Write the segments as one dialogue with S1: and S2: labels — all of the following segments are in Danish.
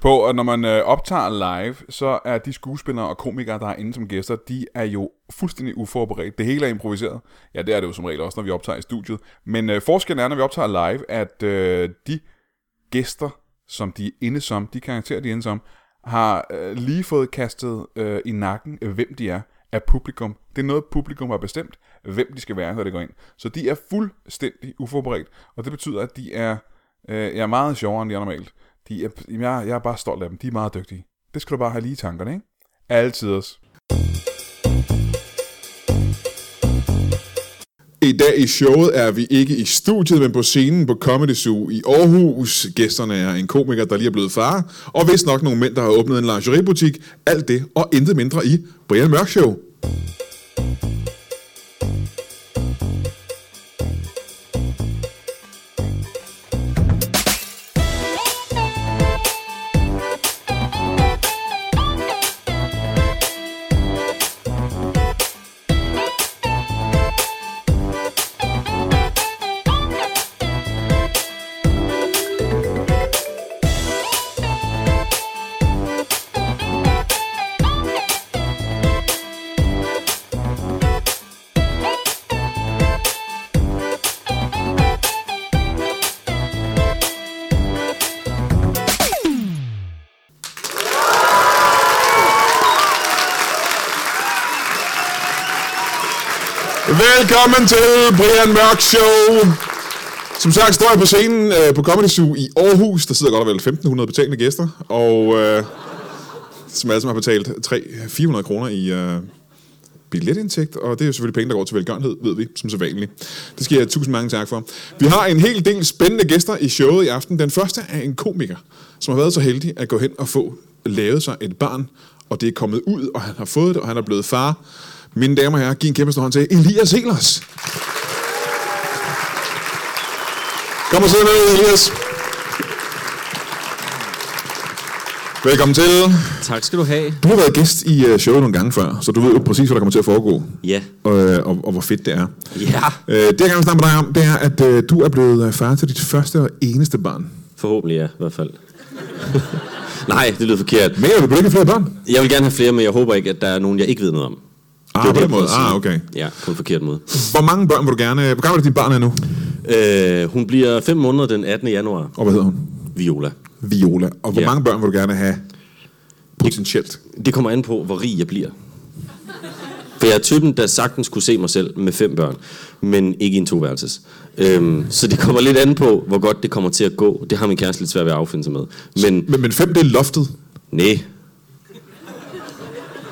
S1: på, at når man øh, optager live, så er de skuespillere og komikere, der er inde som gæster, de er jo fuldstændig uforberedt. Det hele er improviseret. Ja, det er det jo som regel også, når vi optager i studiet. Men øh, forskellen er, når vi optager live, at øh, de gæster, som de er inde som, de karakterer, de er inde som, har øh, lige fået kastet øh, i nakken, øh, hvem de er af publikum. Det er noget, publikum har bestemt, hvem de skal være, når det går ind. Så de er fuldstændig uforberedt, og det betyder, at de er, øh, er meget sjovere, end de er normalt. De er, jamen, jeg, jeg er bare stolt af dem. De er meget dygtige. Det skal du bare have lige i tankerne, ikke? Altid også. I dag i showet er vi ikke i studiet, men på scenen på Comedy Zoo i Aarhus. Gæsterne er en komiker, der lige er blevet far, og vist nok nogle mænd, der har åbnet en lingeriebutik. Alt det og intet mindre i Brian Mørk Show. Velkommen til Brian Mørk Show. Som sagt står jeg på scenen øh, på Comedy Zoo i Aarhus. Der sidder godt og vel 1.500 betalende gæster, og øh, som alle sammen har betalt 300-400 kroner i øh, billetindtægt, og det er jo selvfølgelig penge, der går til velgørenhed, ved vi, som så vanligt. Det skal jeg tusind mange tak for. Vi har en hel del spændende gæster i showet i aften. Den første er en komiker, som har været så heldig at gå hen og få lavet sig et barn, og det er kommet ud, og han har fået det, og han er blevet far. Mine damer og herrer, giv en kæmpe stor hånd til Elias Helers. Kom og sidde med, Elias. Velkommen til.
S2: Tak skal du have.
S1: Du har været gæst i øh, showet nogle gange før, så du ved jo præcis, hvad der kommer til at foregå,
S2: Ja.
S1: og, øh, og, og hvor fedt det er.
S2: Ja.
S1: Øh, Det, jeg gerne vil snakke med dig om, det er, at øh, du er blevet øh, far til dit første og eneste barn.
S2: Forhåbentlig ja, i hvert fald. Nej, det lyder forkert.
S1: Men jeg vil du ikke have flere børn?
S2: Jeg vil gerne have flere, men jeg håber ikke, at der er nogen, jeg ikke ved noget om. Det
S1: Ah,
S2: var
S1: på
S2: det, jeg
S1: den måde.
S2: prøvede at sige.
S1: Ah, okay.
S2: Ja, på en forkert måde.
S1: Hvor mange børn vil du gerne... Hvor gammel er dit barn er nu?
S2: Øh, hun bliver 5 måneder den 18. januar.
S1: Og hvad hedder hun?
S2: Viola.
S1: Viola. Og hvor
S2: Ja.
S1: mange børn vil du gerne have potentielt?
S2: Det kommer an på, hvor rig jeg bliver. For jeg er typen, der sagtens kunne se mig selv med fem børn, men ikke i en toværelses. Øhm, så det kommer lidt an på, hvor godt det kommer til at gå. Det har min kæreste lidt svært ved at affinde sig med. Men
S1: Men, men fem, det er loftet.
S2: nej.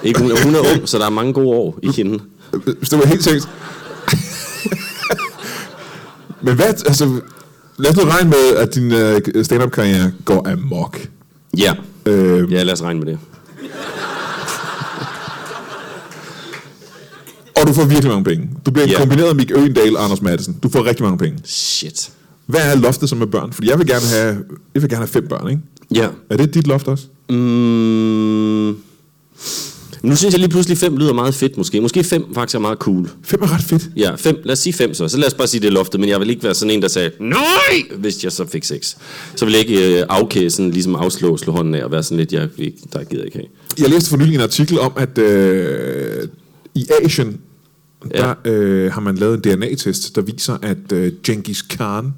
S2: Ikke, hun, hun er ung, så der er mange gode år i hende.
S1: Øh, Hvis det var helt tænkt. men hvad... Altså, lad os nu regne med, at din øh, stand-up-karriere går amok.
S2: Ja.
S1: Øh,
S2: Ja, lad os regne med det.
S1: og du får virkelig mange penge. Du bliver
S2: Ja.
S1: yeah. kombineret Mik Øgendal og Anders Madsen. Du får rigtig mange penge.
S2: Shit.
S1: Hvad er loftet som med børn? Fordi jeg vil gerne have, jeg vil gerne have fem børn, ikke?
S2: Ja.
S1: Er det dit loft også?
S2: Mm. Nu synes jeg lige pludselig, 5 lyder meget fedt måske. Måske 5 faktisk er meget cool.
S1: Fem er ret fedt.
S2: Ja, 5. Lad os sige 5 så. Så lad os bare sige, det er loftet. Men jeg vil ikke være sådan en, der sagde, nej, hvis jeg så fik 6. Så vil jeg ikke øh, afkæde sådan, ligesom afslå, slå hånden af og være sådan lidt, jeg, ikke- der gider jeg ikke have.
S1: Jeg læste for nylig en artikel om, at øh, i Asien, ja. der øh, har man lavet en DNA-test, der viser, at øh, Genghis Khan,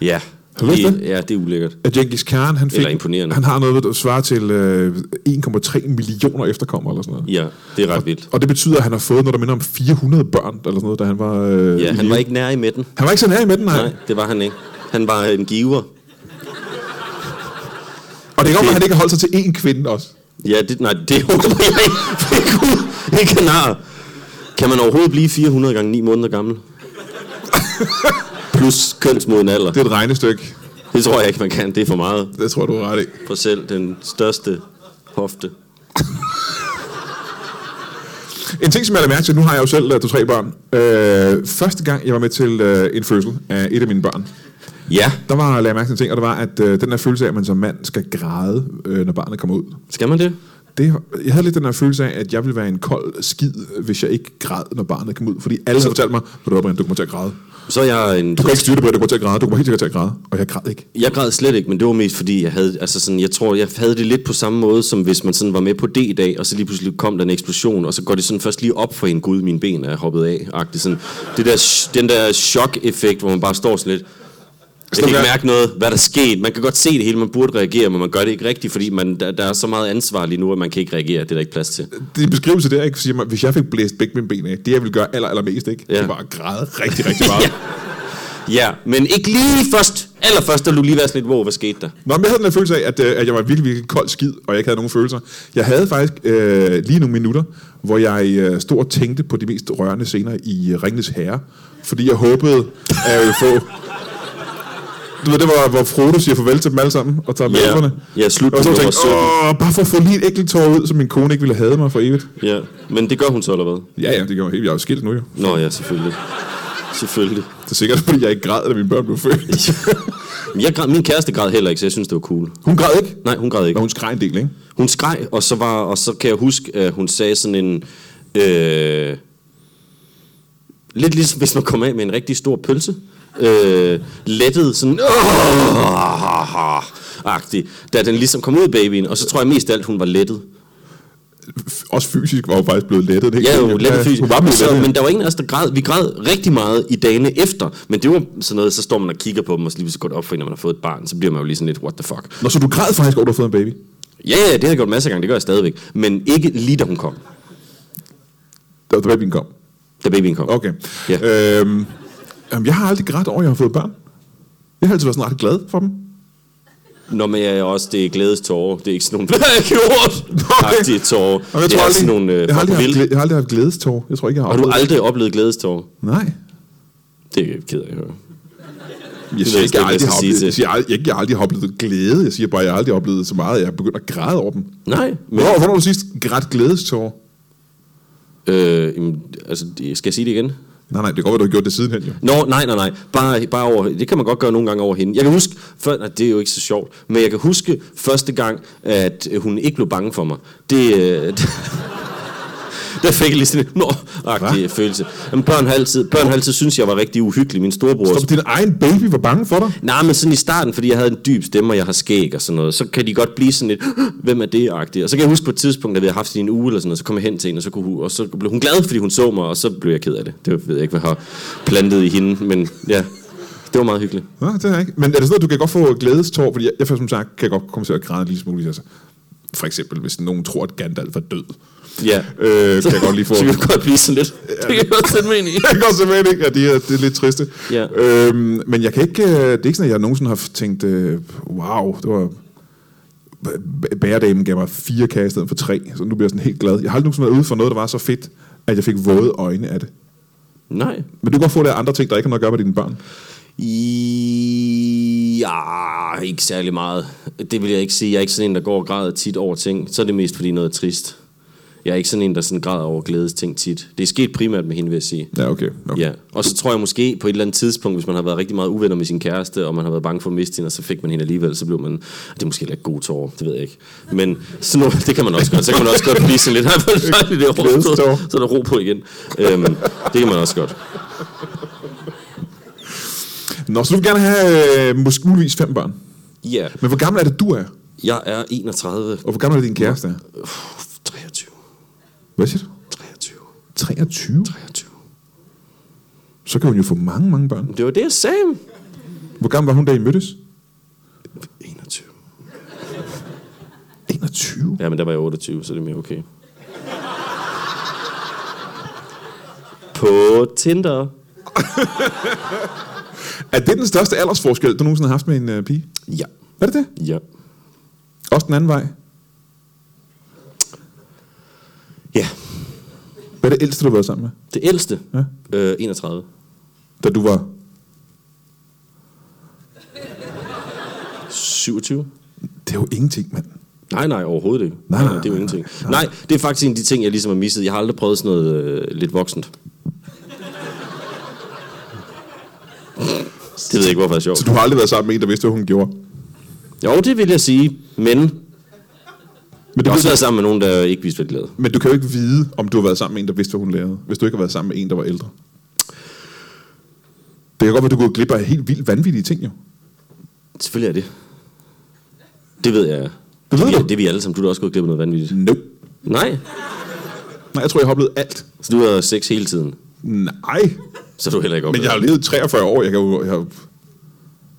S2: Ja.
S1: Har du lyst til
S2: det, ja, det er ulækkert.
S1: at Genghis Khan, han,
S2: Eller
S1: fik,
S2: imponerende.
S1: han har noget, der svarer til øh, 1,3 millioner efterkommere eller sådan noget.
S2: Ja, det er ret vildt.
S1: Og det betyder, at han har fået noget, der minder om 400 børn, eller sådan noget, da han var... Øh,
S2: Ja,
S1: i
S2: han
S1: live.
S2: var ikke nær i midten.
S1: han var ikke sådan her i midten, nej. nej.
S2: Nej, det var han ikke. Han var en giver.
S1: Og det kan godt være, at han ikke har holdt sig til én kvinde også.
S2: Ja, det, nej, det håber jeg ikke. For Gud, det kan nar. Kan man overhovedet blive 400 gange 9 måneder gammel? Plus kønsmoden alder.
S1: Det er et regnestykke.
S2: Det tror jeg ikke, man kan. Det er for meget
S1: Det tror jeg, du er ret i.
S2: for selv den største hofte.
S1: En ting, som jeg har mærke til, nu har jeg jo selv uh, tre børn. Øh, første gang, jeg var med til øh, en fødsel af et af mine børn,
S2: Ja,
S1: der var jeg mærke til en ting, og det var, at øh, den der følelse af, at man som mand skal græde, øh, når barnet kommer ud.
S2: skal man det?
S1: Det, jeg havde lidt den der følelse af, at jeg ville være en kold skid, hvis jeg ikke græd, når barnet kom ud. Fordi alle havde fortalt mig, at du kommer til at græde.
S2: Så er jeg en...
S1: Du kan ikke styre det på, at du går til at græde. Du kommer helt sikkert til at græde. Og jeg græd ikke.
S2: Jeg græd slet ikke, men det var mest fordi, jeg havde, altså sådan, jeg tror, jeg havde det lidt på samme måde, som hvis man sådan var med på D-dag, og så lige pludselig kom der en eksplosion, og så går det sådan først lige op for en, gud, mine ben er hoppet af, agtigt sådan. Det der, den der chok-effekt, hvor man bare står sådan lidt, jeg kan ikke mærke noget, hvad der skete. Man kan godt se det hele, man burde reagere, men man gør det ikke rigtigt, fordi man, der, der er så meget ansvar lige nu, at man kan ikke reagere, det er der ikke plads til.
S1: Din beskrivelse der, ikke? Siger mig, hvis jeg fik blæst begge mine ben af, det jeg ville gøre aller, allermest, ikke?
S2: Ja.
S1: Ja. Det var at græde rigtig, rigtig meget.
S2: Ja. Ja, men ikke lige først, allerførst, der ville du lige være sådan lidt, wow, hvad skete der?
S1: Nå, men jeg havde den her følelse af, at, øh, at jeg var virkelig, virkelig kold skid, og jeg ikke havde nogen følelser. Jeg havde faktisk øh, lige nogle minutter, hvor jeg øh, stod og tænkte på de mest rørende scener i øh, Ringnes Herre, fordi jeg håbede, at jeg ville få... Du ved, det var, hvor Frodo siger farvel til dem alle sammen, og tager med
S2: Ja.
S1: elferne.
S2: Ja, slut på
S1: Og så
S2: nummer
S1: tænkte jeg, åh, bare for at få lige et enkelt tår ud, så min kone ikke ville have mig for evigt.
S2: Ja, men det gør hun så, eller hvad?
S1: Ja, ja, det gør jeg helt. Jeg er jo skilt nu, jo.
S2: Nå ja, selvfølgelig. Selvfølgelig.
S1: Det er sikkert, fordi jeg ikke græd, da mine børn blev født.
S2: Men jeg græd, min kæreste græd heller ikke, så jeg synes, det var cool.
S1: Hun græd ikke.
S2: Nej, hun græd
S1: Men
S2: ikke.
S1: hun skreg en del, ikke?
S2: Hun skreg, og så, var, og så kan jeg huske, at hun sagde sådan en... Øh, lidt ligesom hvis man kom af med en rigtig stor pølse. Øh, lettet sådan... "Åh!" agtig, da den ligesom kom ud af babyen, og så tror jeg mest af alt, hun var lettet.
S1: F- også fysisk var hun faktisk blevet lettet, ikke?
S2: Ja, jo, lettet fysisk.
S1: Hun var blevet
S2: så,
S1: lettet.
S2: men der var ingen af os, der græd. Vi græd rigtig meget i dagene efter, men det var sådan noget, så står man og kigger på dem, og så lige så går det op for en, når man har fået et barn, så bliver man jo lige sådan lidt, what the fuck.
S1: Nå, så du græd faktisk over, at du har fået en baby?
S2: Ja, ja, det har jeg gjort masser af gange, det gør jeg stadigvæk. Men ikke lige da hun kom,
S1: Da, da babyen kom?
S2: da babyen kom.
S1: Okay.
S2: Ja.
S1: Øhm, jamen, jeg har aldrig grædt over, at jeg har fået børn. Jeg har altid været sådan ret glad for dem.
S2: Nå, men jeg er også, det er glædes tårer. Det er ikke sådan nogle, hvad har jeg gjort?
S1: Okay.
S2: Agtige tårer.
S1: Og jeg,
S2: det
S1: tror
S2: er
S1: aldrig,
S2: sådan nogle, øh,
S1: jeg, har aldrig
S2: fuck,
S1: haft,
S2: vildt.
S1: glæ- jeg har aldrig haft glædestår. Jeg tror ikke, jeg har
S2: Har du
S1: oplevet
S2: aldrig oplevet glædestårer?
S1: det. Nej.
S2: Det er jeg ked af at høre.
S1: Jeg siger,
S2: jeg
S1: ikke,
S2: slet
S1: jeg, aldrig
S2: ikke, hvad
S1: har
S2: jeg skal sige
S1: oplevet,
S2: til.
S1: jeg, siger, aldrig- ikke, jeg har aldrig har oplevet glæde. Jeg siger bare, at jeg har aldrig har oplevet så meget, at jeg er begyndt at græde over dem.
S2: Nej, men...
S1: Hvornår, hvornår har du sidst grædt glædestår?
S2: Øh, jamen, altså, det- skal jeg sige det igen?
S1: Nej, nej, det kan godt være, du har gjort det sidenhen, jo.
S2: Nå, nej, nej, nej. Bare, bare over, det kan man godt gøre nogle gange over hende. Jeg kan huske, før, nej, det er jo ikke så sjovt, men jeg kan huske første gang, at øh, hun ikke blev bange for mig. Det, øh, der fik jeg lige sådan en nå-agtig følelse. Men børn har altid, børn har altid synes jeg var rigtig uhyggelig. Min storebror
S1: Så din egen baby var bange for dig?
S2: Nej, men sådan i starten, fordi jeg havde en dyb stemme, og jeg har skæg og sådan noget, så kan de godt blive sådan lidt, hvem er det agtigt Og så kan jeg huske på et tidspunkt, da vi havde haft hende i en uge eller sådan noget, så kom jeg hen til hende, og så, kunne hun, og så blev hun glad, fordi hun så mig, og så blev jeg ked af det. Det ved jeg ikke, hvad jeg har plantet i hende, men ja, det var meget hyggeligt.
S1: Nå, det har jeg ikke. Men er det sådan noget, du kan godt få glædestår? Fordi jeg, jeg for som sagt, kan godt komme til at græde en lille smule. hvis jeg så- For eksempel, hvis nogen tror, at Gandalf er død.
S2: Ja.
S1: Øh, kan jeg godt lige få...
S2: Så kan du godt blive sådan lidt. Det kan jeg godt sætte mig ind i.
S1: Jeg kan godt simpelthen ikke, at det, er, det er lidt triste.
S2: Ja.
S1: Øhm, men jeg kan ikke, øh, det er ikke sådan, at jeg nogensinde har tænkt, øh, wow, det var... B- Bæredamen gav mig fire kager i stedet for tre, så nu bliver jeg sådan helt glad. Jeg har aldrig nogensinde været ude for noget, der var så fedt, at jeg fik våde øjne af det.
S2: Nej.
S1: Men du kan godt få det af andre ting, der ikke har noget at gøre med dine børn.
S2: I... Ja, ikke særlig meget. Det vil jeg ikke sige. Jeg er ikke sådan en, der går og græder tit over ting. Så er det mest, fordi noget er trist. Jeg er ikke sådan en, der sådan græder over glædes ting tit. Det er sket primært med hende, vil jeg sige.
S1: Ja, okay. okay.
S2: Ja. Og så tror jeg måske på et eller andet tidspunkt, hvis man har været rigtig meget uvenner med sin kæreste, og man har været bange for at miste hende, og så fik man hende alligevel, så blev man... Det er måske heller ikke gode tårer, det ved jeg ikke. Men sådan noget, det kan man også godt. Så kan man også godt blive sådan lidt... "Ej, hvor er det dejligt, det er overstået."
S1: Glædestår.
S2: Så er der ro på igen. Øhm, det kan man også godt.
S1: Nå, så du vil gerne have øh, måske muligvis fem børn.
S2: Ja, yeah.
S1: Men hvor gammel er det, du er?
S2: jeg er 31,
S1: Og hvor gammel er din kæreste?
S2: 23,
S1: Hvad siger du?
S2: 23,
S1: 23?
S2: 23.
S1: Så kan hun jo få mange, mange børn.
S2: Det var det, jeg sagde.
S1: Hvor gammel var hun, da I mødtes?
S2: 21.
S1: 21?
S2: Ja, men der var jeg 28, så det er mere okay. På Tinder.
S1: Er det den største aldersforskel, du nogensinde har haft med en øh, pige?
S2: Ja.
S1: Er det det?
S2: Ja.
S1: Også den anden vej?
S2: Ja.
S1: Hvad er det ældste, du har været sammen med?
S2: Det ældste.
S1: Ja.
S2: Øh, 31.
S1: Da du var...
S2: 27.
S1: Det er jo ingenting, mand.
S2: Nej, nej, overhovedet ikke.
S1: Nej, nej,
S2: det er jo
S1: nej,
S2: ingenting.
S1: nej.
S2: Nej. nej, det er faktisk en af de ting, jeg ligesom har misset. Jeg har aldrig prøvet sådan noget øh, lidt voksent. Det ved jeg ikke, hvorfor det er
S1: Så
S2: sjovt.
S1: du har aldrig været sammen med en, der vidste, hvad hun gjorde?
S2: Jo, det vil jeg sige, men
S1: Men
S2: jeg
S1: du,
S2: har også
S1: ved,
S2: været sammen med nogen, der ikke vidste, hvad de lavede.
S1: men du kan jo ikke vide, om du har været sammen med en, der vidste, hvad hun lavede, hvis du ikke har været sammen med en, der var ældre. Det kan godt være, du går glip af helt vildt vanvittige ting, jo.
S2: Selvfølgelig er det. Det ved jeg.
S1: Det ved
S2: det, Mm. er vi-
S1: du.
S2: det er vi alle sammen. Du er da også gået glip af noget vanvittigt.
S1: Nope.
S2: Nej.
S1: Nej, jeg tror, jeg har oplevet alt.
S2: Så du har sex hele tiden.
S1: Nej,
S2: Så er du heller ikke
S1: men
S2: oplevet.
S1: jeg har levet 43 år. Jeg kan jo, jeg, har-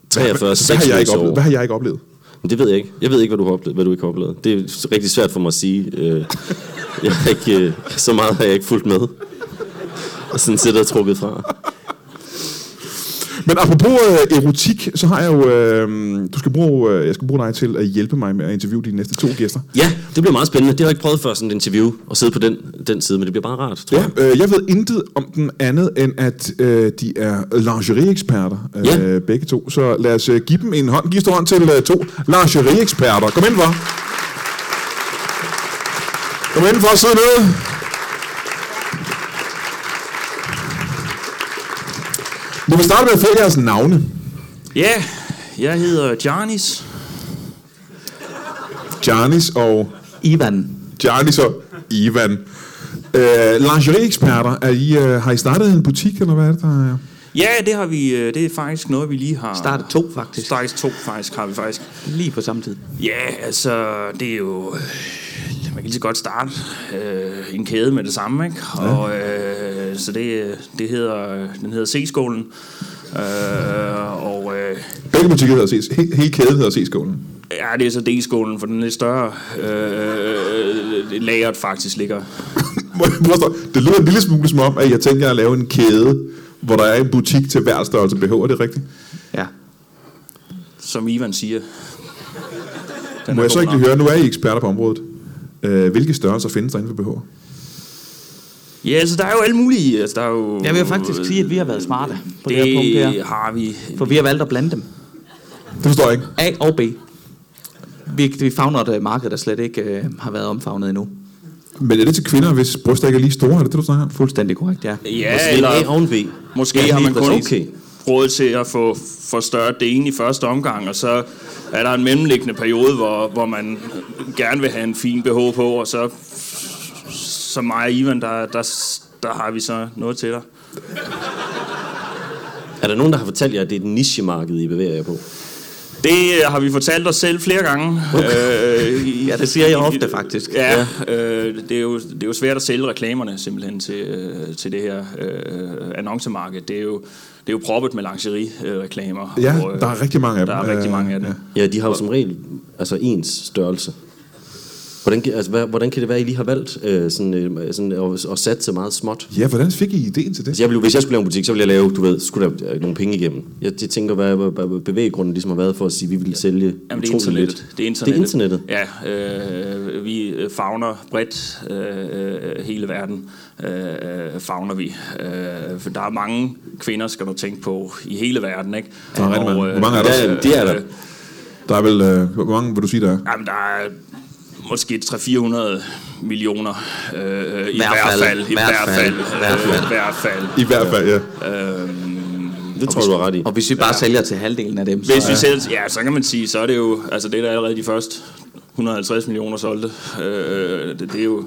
S2: 43
S1: hvad, hvad, har jeg ikke
S2: sexløse år.
S1: oplevet? hvad har jeg ikke oplevet?
S2: Men det ved jeg ikke. Jeg ved ikke, hvad du har oplevet, hvad du ikke har oplevet. Det er s- rigtig svært for mig at sige. Øh, jeg har ikke, øh, så meget har jeg ikke fulgt med. Og sådan set er trukket fra.
S1: Men apropos øh, erotik, så har jeg jo... Øh, du skal bruge, øh, jeg skal bruge dig til at hjælpe mig med at interviewe de næste to gæster.
S2: Ja, det bliver meget spændende. Det har jeg ikke prøvet før, sådan et interview, og sidde på den, den side, men det bliver bare rart, tror
S1: Ja,
S2: jeg.
S1: øh, jeg ved intet om den andet, end at øh, de er lingerie-eksperter, øh,
S2: Ja.
S1: begge to. Så lad os øh, give dem en hånd. Giv stor hånd til øh, to lingerie-eksperter. Kom ind for. Kom ind for at sidde nede. Må vi starte med at få jeres navne?
S3: Ja, jeg hedder Janis.
S1: Janis og
S3: Ivan.
S1: Giannis og Ivan. Øh, lingerie-eksperter, er I, øh, har I startet en butik, eller hvad er det, der er?
S3: Ja, det har vi. øh, Det er faktisk noget, vi lige har...
S4: Startet to, faktisk.
S3: Startet to, faktisk, har vi faktisk.
S4: Lige på samme tid.
S3: Ja, altså, det er jo... øh, Man kan lige så godt starte øh, en kæde med det samme, ikke? Og, øh, så det, øh, det hedder, øh, den hedder C-skolen. Øh, og øh,
S1: Begge butikker hedder ses. He- hele kæden hedder C-skolen.
S3: ja, det er så D-skolen, for den er lidt større. Øh, lageret faktisk ligger.
S1: Må jeg påstå, det lyder en lille smule som om, at jeg tænker at lave en kæde, hvor der er en butik til hver størrelse BH, er det rigtigt?
S4: Ja.
S3: som Ivan siger. Den
S1: Må
S3: er
S1: jeg så
S3: god
S1: ikke
S3: nok.
S1: lige høre, nu er I eksperter på området. Øh, hvilke størrelser findes der inden for BH?
S3: Ja, altså der er jo alle mulige. Altså, der er jo,
S4: Jeg vil faktisk sige, at vi har været smarte på det, det her punkt
S3: det
S4: her.
S3: har vi.
S4: For vi har valgt at blande dem.
S1: Det forstår jeg ikke.
S4: A og B. Vi, vi fagner et øh, marked, der slet ikke øh, har været omfavnet endnu.
S1: Men er det til kvinder, hvis bryster ikke er lige store? Er det det, du snakker om?
S4: Fuldstændig korrekt, ja.
S2: Og
S3: Ja,
S2: sådan en A
S3: eller
S2: og en B.
S3: måske
S2: Ja,
S3: har
S2: lige
S3: man kun
S2: præcis. Okay.
S3: råd til at få, få større delen i første omgang, og så er der en mellemliggende periode, hvor, hvor man gerne vil have en fin BH på, og så som mig og Ivan, der, der, der har vi så noget til dig.
S2: Er der nogen, der har fortalt jer, at det er et nichemarked, I bevæger jer på?
S3: Det øh, har vi fortalt os selv flere gange. Øh, i-
S4: Ja, det siger jeg ofte, faktisk.
S3: Ja, øh, det, er jo, det er jo svært at sælge reklamerne simpelthen til, øh, til det her øh, annoncemarked. Det er jo, det er jo proppet med lingerie-reklamer.
S1: Ja, der er rigtig mange af
S3: der
S1: dem.
S3: er rigtig
S1: Øh,
S3: mange af dem.
S1: ja.
S2: Ja, de har jo som regel altså ens størrelse. Hvordan, kan- altså, hvad, hvordan kan det være, at I lige har valgt øh, sådan, øh, sådan, at, at satse meget småt?
S1: Ja, hvordan fik I ideen til det?
S2: Altså, jeg ville, hvis jeg skulle lave en butik, så ville jeg lave, du ved, skulle der øh, nogle penge igennem. Jeg, jeg tænker, hvad, hvad, hvad bevæggrunden ligesom har været for at sige, at vi ville sælge
S3: Jamen, det, er
S2: utrolig
S3: internettet.
S2: lidt.
S3: det er internettet.
S2: Det er internettet.
S3: Ja, øh, vi øh, fagner bredt øh, øh, hele verden. Øh, fagner vi. Øh, for der er mange kvinder, skal du tænke på, i hele verden. Ikke? øh,
S1: Der er rigtig mange. Hvor mange er der?
S2: Ja, det er der.
S1: Der er vel, øh, hvor mange vil du sige, der er?
S3: Jamen, der er måske 300-400 millioner øh, øh, i
S4: Hvert
S3: hvert
S4: fald.
S3: fald. I
S4: Hvert
S3: hvert
S4: fald.
S3: fald.
S4: Hvert
S3: øh,
S4: fald.
S3: I hvert fald.
S1: I hvert fald, ja.
S3: Øhm,
S2: Det tror jeg, du har ret i.
S4: Og hvis vi bare sælger til halvdelen af dem, så...
S3: hvis vi selv, ja, så kan man sige, så er det jo, altså det er der allerede de første 150 millioner solgte. Øh, det, det er jo,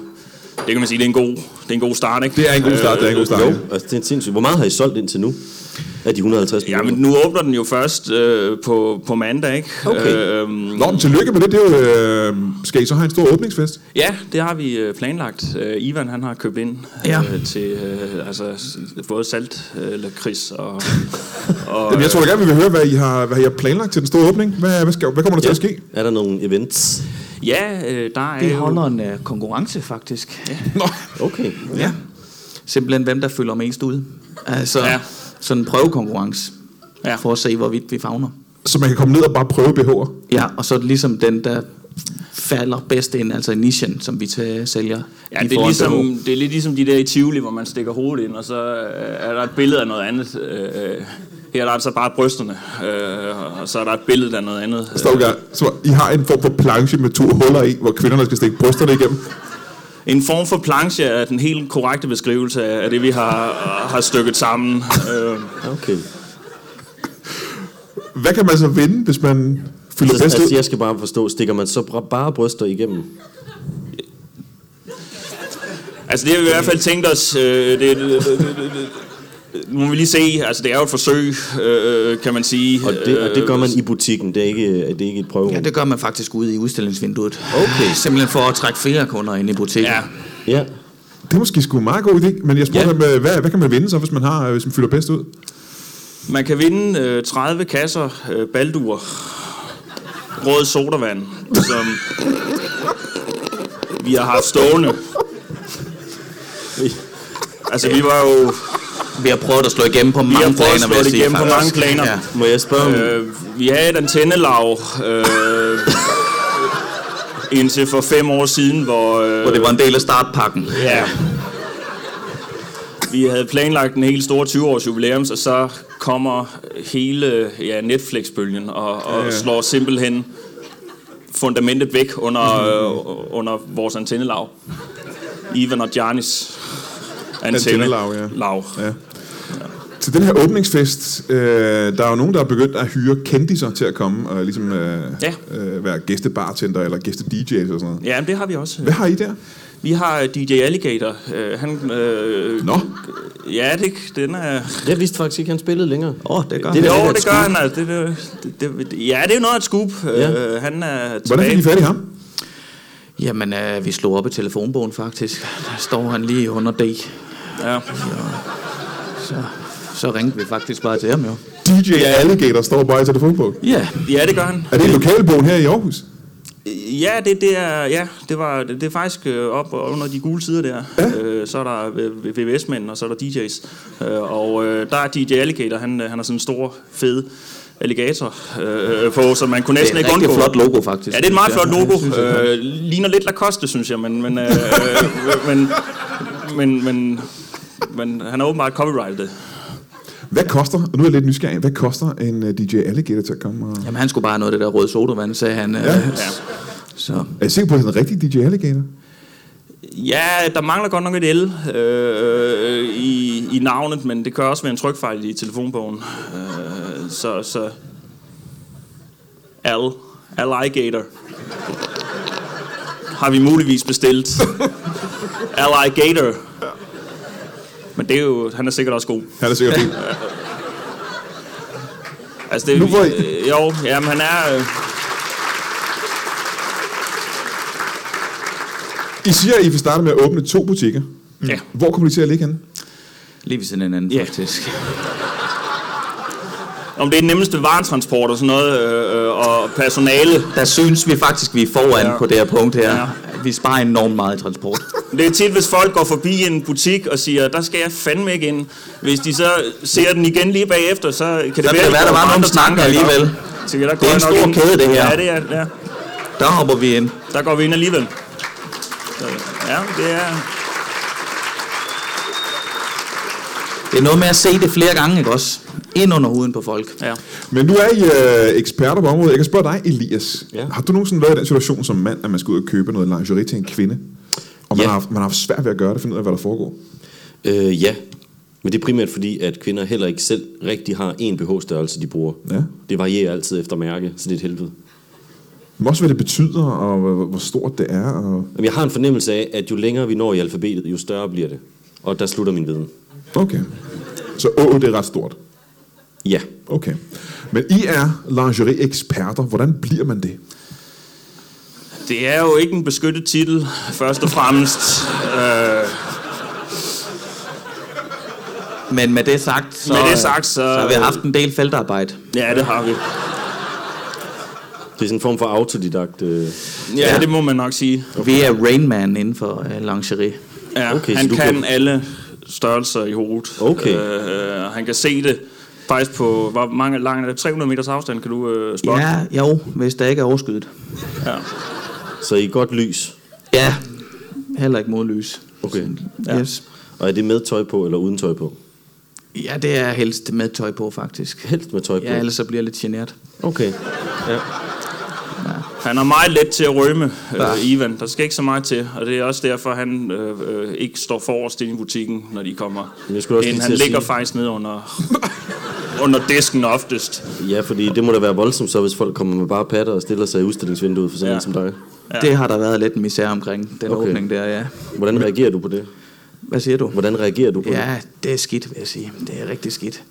S3: det kan man sige, det er en god, det er en god start, ikke?
S1: Det er en god start, det er en god start. ja.
S2: Altså, det er sindssygt. Hvor meget har I solgt indtil nu? Af de 150
S3: Ja,
S2: millioner?
S3: men nu åbner den jo først øh, på, på mandag, ikke?
S2: Okay.
S3: Øhm,
S1: Nå, men tillykke med det. det er jo, øh, skal I så have en stor åbningsfest?
S3: Ja, det har vi øh, planlagt. Øh, Ivan han har købt ind
S4: Ja.
S3: øh, til øh, altså, s- både salt, øh, lakrids og... og
S1: Jamen, jeg tror da gerne, vi vil høre, hvad I har, hvad I har planlagt til den store åbning. Hvad, hvad, skal, hvad kommer der til at ske?
S2: Er der nogle events?
S3: øh, ja, øh, der er
S4: Vi
S3: jo...
S4: holder en øh, konkurrence, faktisk.
S1: Nå,
S2: Okay.
S4: Ja. Simpelthen, hvem der følger mest ud. Altså,
S3: Ja.
S4: ja. sådan en prøvekonkurrence.
S3: Ja.
S4: Ja. For at se, hvorvidt vi fagner.
S1: så man kan komme ned og bare prøve BH'er.
S4: Ja, og så er det ligesom den, der falder bedst ind, altså i nichen, som vi tager, sælger.
S3: Ja,
S4: i
S3: det er,
S4: forhold til
S3: ligesom,
S4: H.
S3: det er lidt ligesom de der i Tivoli, hvor man stikker hovedet ind, og så øh, er der et billede af noget andet. Øh, her er der altså bare brysterne, øh, og så er der et billede af noget andet.
S1: Står der, så I har en form for planche med to huller i, hvor kvinderne skal stikke brysterne igennem.
S3: En form for planche er den helt korrekte beskrivelse af af det, vi har, har stykket sammen. Øh,
S2: Okay.
S1: Hvad kan man så vinde, hvis man fylder
S2: Så,
S1: bedst
S2: altså,
S1: ud?
S2: jeg skal bare forstå, stikker man så bra- bare bryster igennem?
S3: Altså det har vi i hvert fald tænkt os, øh, det, det, det, det, det, nu må vi lige se, altså det er jo et forsøg, øh, kan man sige.
S2: Og det, og det gør man i butikken, det er ikke, øh, det er ikke et prøverum.
S4: Ja, det gør man faktisk ude i udstillingsvinduet.
S2: Okay.
S4: Simpelthen for at trække flere kunder ind i butikken.
S3: Øh, Ja,
S2: ja.
S1: Det er måske sgu en meget god idé, men jeg spurgte
S2: Ja.
S1: ja. ham, øh, hvad, hvad kan man vinde så, hvis man, har, øh, hvis man fylder bedst ud?
S3: man kan vinde øh, 30 kasser øh, baldur, rød sodavand, som vi har haft stående. Altså vi var jo
S4: Vi har prøvet at slå igennem på
S3: vi har
S4: mange
S3: prøvet at
S4: planer,
S3: slå
S4: vil jeg
S3: det
S4: sige.
S3: igennem på mange
S4: faktisk.
S3: planer.
S4: Ja.
S2: Må jeg spørge om... Øh.
S3: Øh, vi havde et antennelag øh, indtil for fem år siden, hvor... Øh,
S4: Hvor det var en del af startpakken.
S3: Ja. Vi havde planlagt en helt stor 20-års jubilæum, og så kommer hele ja, Netflix-bølgen og, og ja. slår simpelthen fundamentet væk under, øh, under vores antennelag. Ivan og Janis
S1: Antennelag, ja.
S3: Lav.
S1: Ja. Til den her åbningsfest, øh, der er jo nogen, der er begyndt at hyre kendiser til at komme og ligesom øh,
S3: Ja.
S1: ja. øh, være gæstebartender eller gæste-DJ eller sådan noget.
S3: Ja, men det har vi også.
S1: Hvad har I der?
S3: Vi har øh, DJ Alligator. Øh, han, øh,
S1: Nå.
S3: Ja, det, den er...
S2: Jeg vidste faktisk ikke, han spillede længere.
S4: Åh, oh, det gør
S2: Det
S4: det
S2: er
S4: han.
S2: da
S3: Jo,
S2: et
S3: det gør
S2: scoop.
S3: han. Altså. Det, det, det, det, ja, det er jo noget af et scoop.
S2: Ja.
S3: Ja. Øh, han er tilbage.
S1: Hvordan fik I fat i ham?
S4: Jamen, øh, vi slog op i telefonbogen faktisk. Der står han lige under D.
S3: Ja.
S4: Så, så ringte vi faktisk bare til ham jo.
S1: DJ Alligator står bare i telefonbogen.
S4: Ja,
S3: ja, det gør han.
S1: Er det en lokalbogen her i Aarhus?
S3: Ja, det, det er, ja, det var, det, det er faktisk øh, op under de gule sider der. Ja. Øh, så er der øh, VVS-mænd, og så er der DJ's. Øh, og øh, der er DJ Alligator, han, øh, han har sådan en stor, fed alligator øh, på, så man kunne
S4: det er
S3: næsten
S4: et
S3: ikke
S4: rigtig
S3: undgå.
S4: flot logo faktisk.
S3: Ja, det er et meget flot
S4: Ja, det
S3: logo.
S4: synes jeg.
S3: Øh, ligner lidt Lacoste, synes jeg, men, men, øh, øh, men, men, men, men han har åbenbart copyrightet det.
S1: Hvad koster, og nu er jeg lidt nysgerrig, hvad koster en uh, DJ Alligator til at komme og...
S4: Jamen, han skulle bare have noget af det der røde sodavand, sagde han. Øh, ja.
S3: Ja.
S4: Så
S1: Er I sikker på, at det er en rigtig DJ Alligator?
S3: Ja, der mangler godt nok et L øh, i, i navnet, men det kan også være en trykfejl i telefonbogen. Øh, så, så... Al. Alligator. Har vi muligvis bestilt. Alligator. Men det er jo... Han er sikkert også god.
S1: Han er sikkert fint.
S3: Altså, det,
S1: Nu hvor I-
S3: øh, jo, jamen, han er... Øh,
S1: I siger, at I vil starte med at åbne to butikker.
S3: ja.
S1: Hvor kommer de til at ligge henne?
S4: lige ved siden af hinanden
S3: Ja.
S4: faktisk.
S3: Om det er den nemmeste varetransport og sådan noget, øh, øh, og personale.
S4: Der synes vi faktisk, vi er foran
S3: Ja.
S4: ja. på det her punkt her.
S3: Ja.
S4: Ja. Vi sparer enormt meget i transport.
S3: Det er tit, hvis folk går forbi en butik og siger, der skal jeg fandme ikke ind. Hvis de så ser den igen lige bagefter, så kan det,
S4: kan det
S3: de
S4: være, der
S3: kommer på
S4: var nogle
S3: andre
S4: snakke
S3: tanker, ikke?
S4: alligevel.
S3: Så ja, der går
S4: Det er en
S3: jeg nok
S4: stor
S3: ind.
S4: kæde, det her.
S3: Ja, det er, ja.
S4: Der hopper vi ind.
S3: der går vi ind alligevel. Så, ja, det er...
S4: Det er noget med at se det flere gange, ikke også? Ind under huden på folk.
S3: Ja.
S1: Men nu er I øh, eksperter på området. Jeg kan spørge dig, Elias.
S2: Ja.
S1: Ja. Har du nogensinde været i den situation som mand, at man skal ud og købe noget lingerie til en kvinde? Og man,
S2: Ja.
S1: ja. har, haft- man har haft svært ved at gøre det, finde ud af, hvad der foregår.
S2: Øh, ja, men det er primært fordi, at kvinder heller ikke selv rigtig har en BH-størrelse, de bruger.
S1: Ja.
S2: Det varierer altid efter mærke, så det er et helvede.
S1: Men også, hvad det betyder, og hvor- hvor stort det er. Og...
S2: Men jeg har en fornemmelse af, at jo længere vi når i alfabetet, jo større bliver det. Og der slutter min viden.
S1: Okay. Så åh, det er ret stort.
S2: Ja.
S1: Okay. Men I er lingerie-eksperter. Hvordan bliver man det?
S3: Det er jo ikke en beskyttet titel, først og fremmest. øh,
S4: Men med det sagt, så,
S3: Med det sagt, så-
S4: så har vi haft en del feltarbejde.
S3: ja, det har vi.
S2: Det er sådan en form for autodidakt. Øh.
S3: Ja,
S4: Ja.
S3: det må man nok sige.
S4: Okay. Vi er Rain Man inden for uh, lingerie.
S3: Ja,
S2: Okay,
S3: okay,
S2: så
S3: han
S2: du
S3: kan, kan
S2: kan-
S3: alle størrelser i hovedet.
S2: Okay.
S3: Øh, han kan se det faktisk på hvor mange, lang, 300 meters afstand, kan du øh, spotte.
S4: Ja, jo, hvis der ikke er overskydet.
S3: Ja.
S2: Så i godt lys.
S4: Ja, heller ikke modlys.
S2: Okay.
S4: Ja. Yes.
S2: Og er det med tøj på eller uden tøj på?
S4: ja, det er helst med tøj på, faktisk.
S2: Helst med tøj på.
S4: Ja, ellers så bliver jeg lidt genert.
S2: Okay. Ja.
S3: Han er meget let til at rømme,
S4: Ja.
S3: øh, Ivan. Der skal ikke så meget til, og det er også derfor, han øh, øh, ikke står forrest inde i butikken, når de kommer.
S2: Men jeg skulle også
S3: Ind.
S2: lige til
S3: han
S2: at
S3: ligger
S2: sige-
S3: faktisk ned under, under disken oftest.
S2: ja, fordi det må da være voldsomt så, hvis folk kommer med bare patter og stiller sig i udstillingsvinduet for sådan
S3: Ja.
S2: ja. en som dig.
S4: Ja. Det har der været lidt en misære omkring, den
S2: Okay.
S4: okay. åbning der, ja.
S2: Hvordan reagerer du på det?
S4: Hvad siger du?
S2: Hvordan reagerer du på det?
S4: Ja, det er skidt, vil jeg sige. Det er rigtig skidt.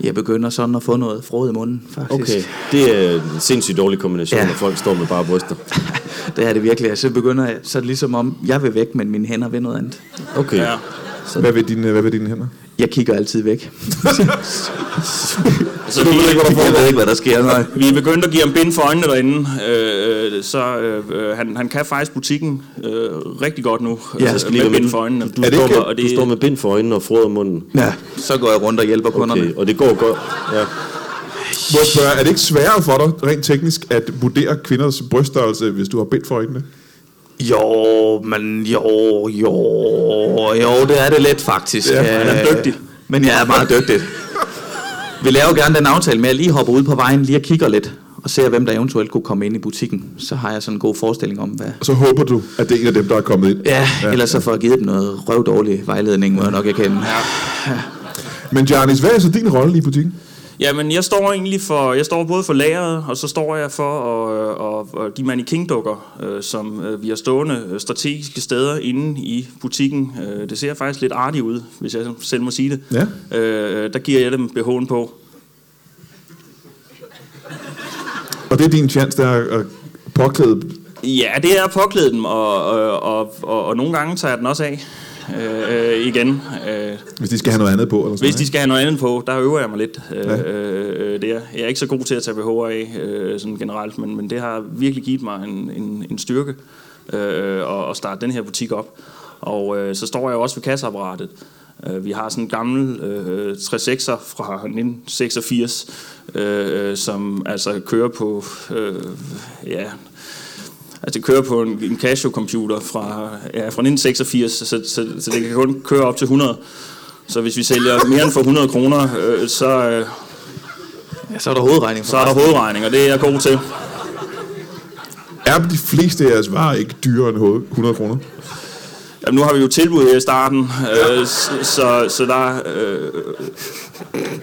S4: Jeg begynder sådan at få noget frod i munden, faktisk.
S2: Okay, det er en sindssygt dårlig kombination,
S4: Ja.
S2: når folk står med bare bryster.
S4: det er det virkelig. Så begynder jeg, så er det ligesom om, jeg vil væk, men mine hænder vil noget andet.
S2: Okay.
S3: Ja.
S1: Hvad vil dine, hvad vil dine hænder?
S4: Jeg kigger altid væk.
S3: Så vi,
S4: Jeg ved ikke, hvad der sker. Nej.
S3: vi er begyndt at give ham bind for øjnene derinde, øh, øh, så øh, øh, han, han kan faktisk butikken øh, rigtig godt nu,
S4: jeg
S3: øh,
S4: skal
S2: lige
S3: med
S2: være
S3: bind
S2: med.
S3: for øjnene.
S2: Du, står, med,
S3: og
S2: du står med bind for øjnene og frøder munden.
S4: Ja, så går jeg rundt og hjælper kunderne.
S2: Okay, og det går godt. Ja.
S1: Må jeg spørge, er det ikke sværere for dig, rent teknisk, at vurdere kvinders bryststørrelse, hvis du har bind for øjnene?
S4: Jo, men jo, jo, jo, det er det let faktisk.
S1: Ja,
S4: Øh,
S1: han er dygtig.
S4: Men jeg er meget dygtig. Vi laver gerne den aftale med, at jeg lige hopper ud på vejen, lige og kigger lidt, og ser, hvem der eventuelt kunne komme ind i butikken. Så har jeg sådan en god forestilling om, hvad...
S1: Og så håber du, at det er en af dem, der er kommet ind.
S4: Ja, ellers så får jeg givet dem noget røvdårlig vejledning, må jeg nok erkende.
S1: Men Janis, hvad er så din rolle i butikken?
S3: Jamen, jeg står egentlig for, jeg står både for lageret, og så står jeg for at, at, at de mannequin-dukker, øh, som øh, vi har stående øh, strategiske steder inde i butikken. Øh, det ser faktisk lidt artigt ud, hvis jeg selv må sige det.
S1: Ja.
S3: Øh, der giver jeg dem BH'en på.
S1: Og det er din chance, der er at påklæde
S3: Ja, det er at påklæde dem, og, og, og, og, og nogle gange tager jeg den også af øh, øh, igen. Øh,
S1: Hvis de skal have noget andet på, eller sådan
S3: Hvis de
S1: noget,
S3: skal have noget andet på, der øver jeg mig lidt øh,
S1: Ja.
S3: øh, øh, der. Jeg er ikke så god til at tage BH'er af øh, sådan generelt, men, men det har virkelig givet mig en, en, en styrke øh, at, at starte den her butik op. Og øh, så står jeg også ved kasseapparatet. Øh, vi har sådan en gammel øh, 36'er fra 1986, øh, øh, som altså kører på... Øh, ja, Altså det kører på en, en Casio-computer fra, ja, fra 1986, så, så, så, så det kan kun køre op til 100. Så hvis vi sælger mere end for 100 kroner, øh, så, øh,
S4: Ja, så er der hovedregning for
S3: så er der hovedregning, og det er jeg god til.
S1: ikke? Er de fleste af jeres varer ikke dyrere end hoved- 100 kroner?
S3: Jamen, nu har vi jo tilbud her i starten, øh, s- så, så der, øh,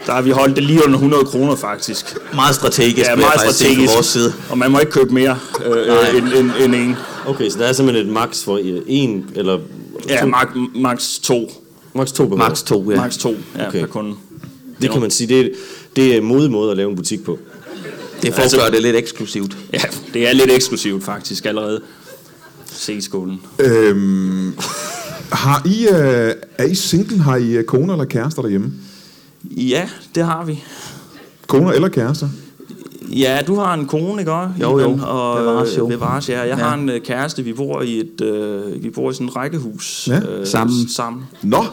S3: der har vi holdt det lige under 100 kroner faktisk.
S4: Meget strategisk,
S3: Ja,
S4: vil jeg
S3: meget
S4: faktisk sige, fra
S3: strategisk.
S4: vores side.
S3: Og man må ikke købe mere øh, øh, end, end, end en.
S2: Okay, så der er simpelthen et max for øh, en eller
S3: Ja,
S2: to,
S3: max, max to.
S2: max to behov.
S4: Max to, ja.
S3: Max to ja,
S2: Okay.
S3: okay. per kunde.
S2: Det kan man sige, det er, det er en modig måde at lave en butik på.
S4: Det får
S3: Altså-
S4: altså, det lidt eksklusivt.
S3: Ja, det er lidt eksklusivt faktisk allerede. Se skolen.
S1: Øhm, har I, øh, er I single? Har I øh, koner eller kærester derhjemme?
S3: Ja, det har vi.
S1: Koner eller kærester?
S3: Ja, du har en kone, ikke også?
S4: Jo, jo.
S3: Ivan? Og,
S4: Bevares, jo.
S3: øh, Bevares, ja. Jeg
S4: Ja.
S3: har en øh, kæreste, vi bor i et, øh, vi bor i sådan et rækkehus.
S1: Ja.
S4: Sammen.
S3: s- Sammen.
S1: Nå!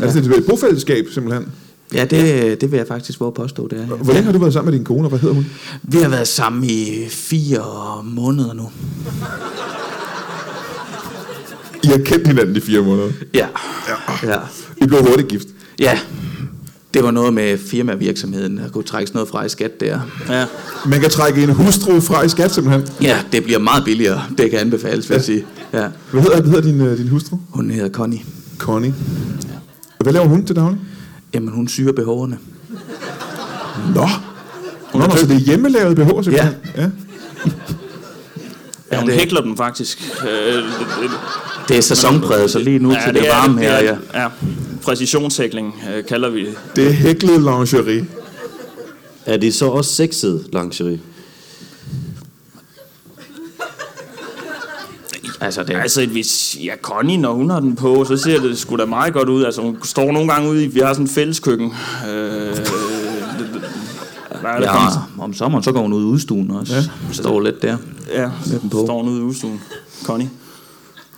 S1: Er det sådan et bofællesskab, simpelthen?
S4: Ja, det, det vil jeg faktisk våge at påstå, det er.
S1: Hvor længe har du været sammen med din kone, og hvad hedder hun?
S4: Vi har været sammen i fire måneder nu.
S1: I har kendt hinanden i fire måneder.
S4: Ja. ja.
S1: I blev hurtigt gift.
S4: Ja. Det var noget med firmavirksomheden, at kunne trække sådan noget fra i skat der.
S3: Ja.
S1: Man kan trække en hustru fra i skat, simpelthen.
S4: Ja, det bliver meget billigere. Det kan anbefales, vil jeg
S1: Ja.
S4: sige. Ja.
S1: Hvad hedder, hvad hedder din, øh, din hustru?
S4: Hun hedder Connie.
S1: Connie. Hvad laver hun til daglig?
S4: Jamen, hun syrer behovene.
S1: Nå! Nå, nå, så det er hjemmelavet BH, simpelthen? Ja. ja.
S3: Ja, hun
S4: det-
S3: hækler dem faktisk. Øh, det- det-
S4: Det er sæsonpræget, så lige nu ja, til det, det varme
S3: det
S4: her, ja.
S3: ja. ja. Præcisionshækling øh, kalder vi det.
S1: Det er hæklet lingerie.
S2: Er det så også sexet lingerie?
S4: Altså, det er
S3: Altså, hvis ja, Connie, når hun har den på, så ser det sgu da meget godt ud. Altså, hun står nogle gange ude i, vi har sådan en fælleskøkken. Øh, øh, der er det
S4: Ja,
S3: ja.
S4: og om sommeren, så går hun ud i udstuen også. Ja. Står lidt der.
S3: Ja,
S4: Med den på.
S3: står hun ude i udstuen. Connie.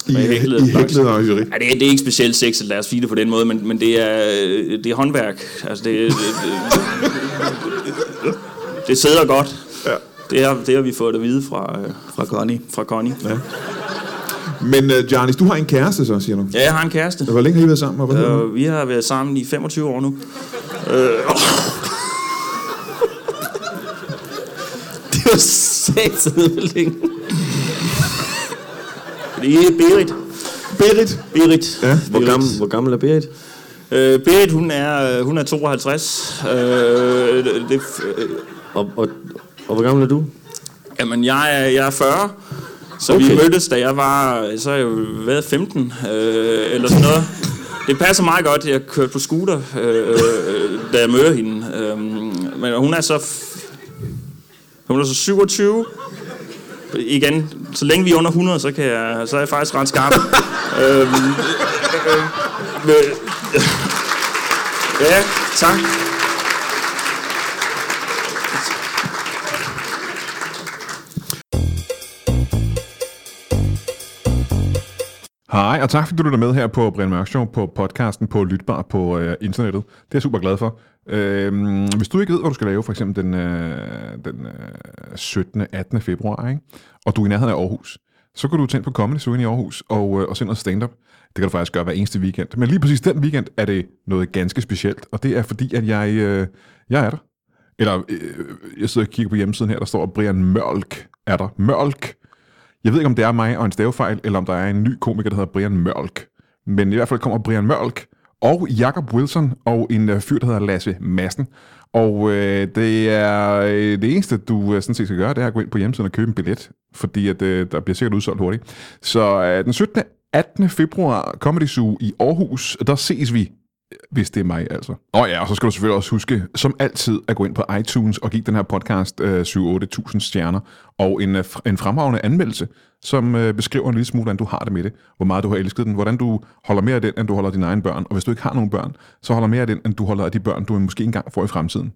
S1: I,
S3: Med hæklet
S1: i hæklet lingerie.
S3: Ja, det, er, det er ikke specielt sexet, lad os sige det på den måde, men, men det, er, øh, det er håndværk. Altså, det, det, det- det sidder godt. Ja. Det, har, det har vi fået at vide fra, øh,
S4: Fra Connie.
S3: fra Connie. Ja.
S1: Men uh, Janis, du har en kæreste så, siger du.
S3: ja, jeg har en kæreste.
S1: Hvor længe har I været sammen, og hvad hedder hun?
S3: Øh, vi har været sammen i 25 år nu. Øh.
S2: Det var sexet længe.
S3: Det er Berit.
S1: Berit.
S3: Berit.
S1: Ja.
S2: Hvor gammel, hvor gammel er Berit?
S3: Øh, Berit, hun er, øh, hun er 52. Øh, det, det, øh,
S2: Og, og, og hvor gammel er du?
S3: jamen, jeg er, jeg er 40. Så okay. vi
S2: Okay.
S3: mødtes, da jeg var, så har jeg jo været 15, øh, eller sådan noget. Det passer meget godt. Jeg kørte på scooter, øh, øh, da jeg mødte hende. Øh, men hun er så... F- hun er så 27. Igen, så længe vi er under 100, så, kan jeg, så er jeg faktisk ret skarp. øhm, øh, øh, ja, tak.
S5: Hej, og tak fordi du lytter med her på Brian Mørk Show, på podcasten, på Lytbar, på øh, internettet. Det er jeg super glad for. Øhm, hvis du ikke ved, hvad du skal lave, for eksempel den, øh, den øh, 17. 18. februar, ikke? og du er i nærheden af Aarhus, så kan du tænke på Comedy Zoo i Aarhus og, øh, og se noget stand-up. Det kan du faktisk gøre hver eneste weekend. Men lige præcis den weekend er det noget ganske specielt, og det er fordi, at jeg, øh, jeg er der. Eller øh, jeg sidder og kigger på hjemmesiden her, der står, at Brian Mørk er der. Mørk! Jeg ved ikke, om det er mig og en stavefejl, eller om der er en ny komiker, der hedder Brian Mørk. Men i hvert fald kommer Brian Mørk og Jakob Wilson og en øh, fyr, der hedder Lasse Madsen. Og øh, det er øh, det eneste, du øh, sådan set skal gøre, det er at gå ind på hjemmesiden og købe en billet, fordi at, øh, der bliver sikkert udsolgt hurtigt. Så øh, den 17. 18. februar Comedy Zoo i Aarhus, der ses vi hvis det er mig altså. Nå ja, og så skal du selvfølgelig også huske, som altid, at gå ind på iTunes og give den her podcast øh, 7-8.000 stjerner og en, øh, fr- en fremragende anmeldelse, som øh, beskriver en lille smule, hvordan du har det med det, hvor meget du har elsket den, hvordan du holder mere af den, end du holder af dine egne børn, og hvis du ikke har nogen børn, så holder mere af den, end du holder af de børn, du måske engang får i fremtiden,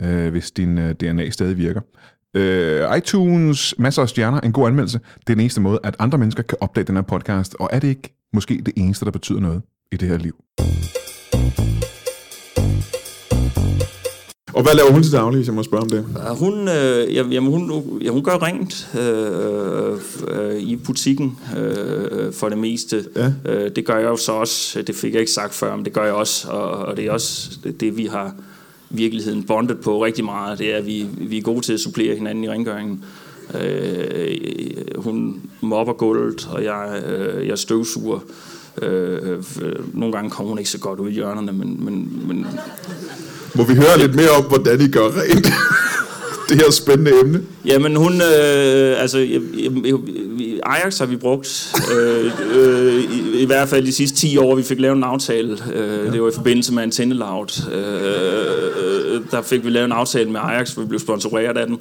S5: øh, hvis din øh, DNA stadig virker. Øh, iTunes, masser af stjerner, en god anmeldelse, det er den eneste måde, at andre mennesker kan opdage den her podcast, og er det ikke måske det eneste, der betyder noget i det her liv? Og hvad laver hun til daglig, hvis jeg må spørge om det?
S3: Og Hun, øh, ja, jamen, hun, ja, hun gør rent øh, øh, i butikken øh, for det meste.
S5: Ja.
S3: Øh, det gør jeg jo så også. Det fik jeg ikke sagt før, men det gør jeg også. Og, og det er også det, vi har i virkeligheden bondet på rigtig meget. Det er, at vi, vi er gode til at supplere hinanden i rengøringen. Øh, hun mopper gulvet, og jeg, øh, jeg støvsuger. Øh, øh, nogle gange kommer hun ikke så godt ud i hjørnerne, men, men, men
S5: Må vi høre lidt mere om, hvordan I gør rent? det her spændende emne.
S3: Jamen hun, øh, altså jeg- jeg- jeg- Ajax har vi brugt, øh, øh, i, i hvert fald de sidste 10 år, vi fik lavet en aftale, øh, det var i forbindelse med Antenne Loud, øh, øh, der fik vi lavet en aftale med Ajax, hvor vi blev sponsoreret af dem,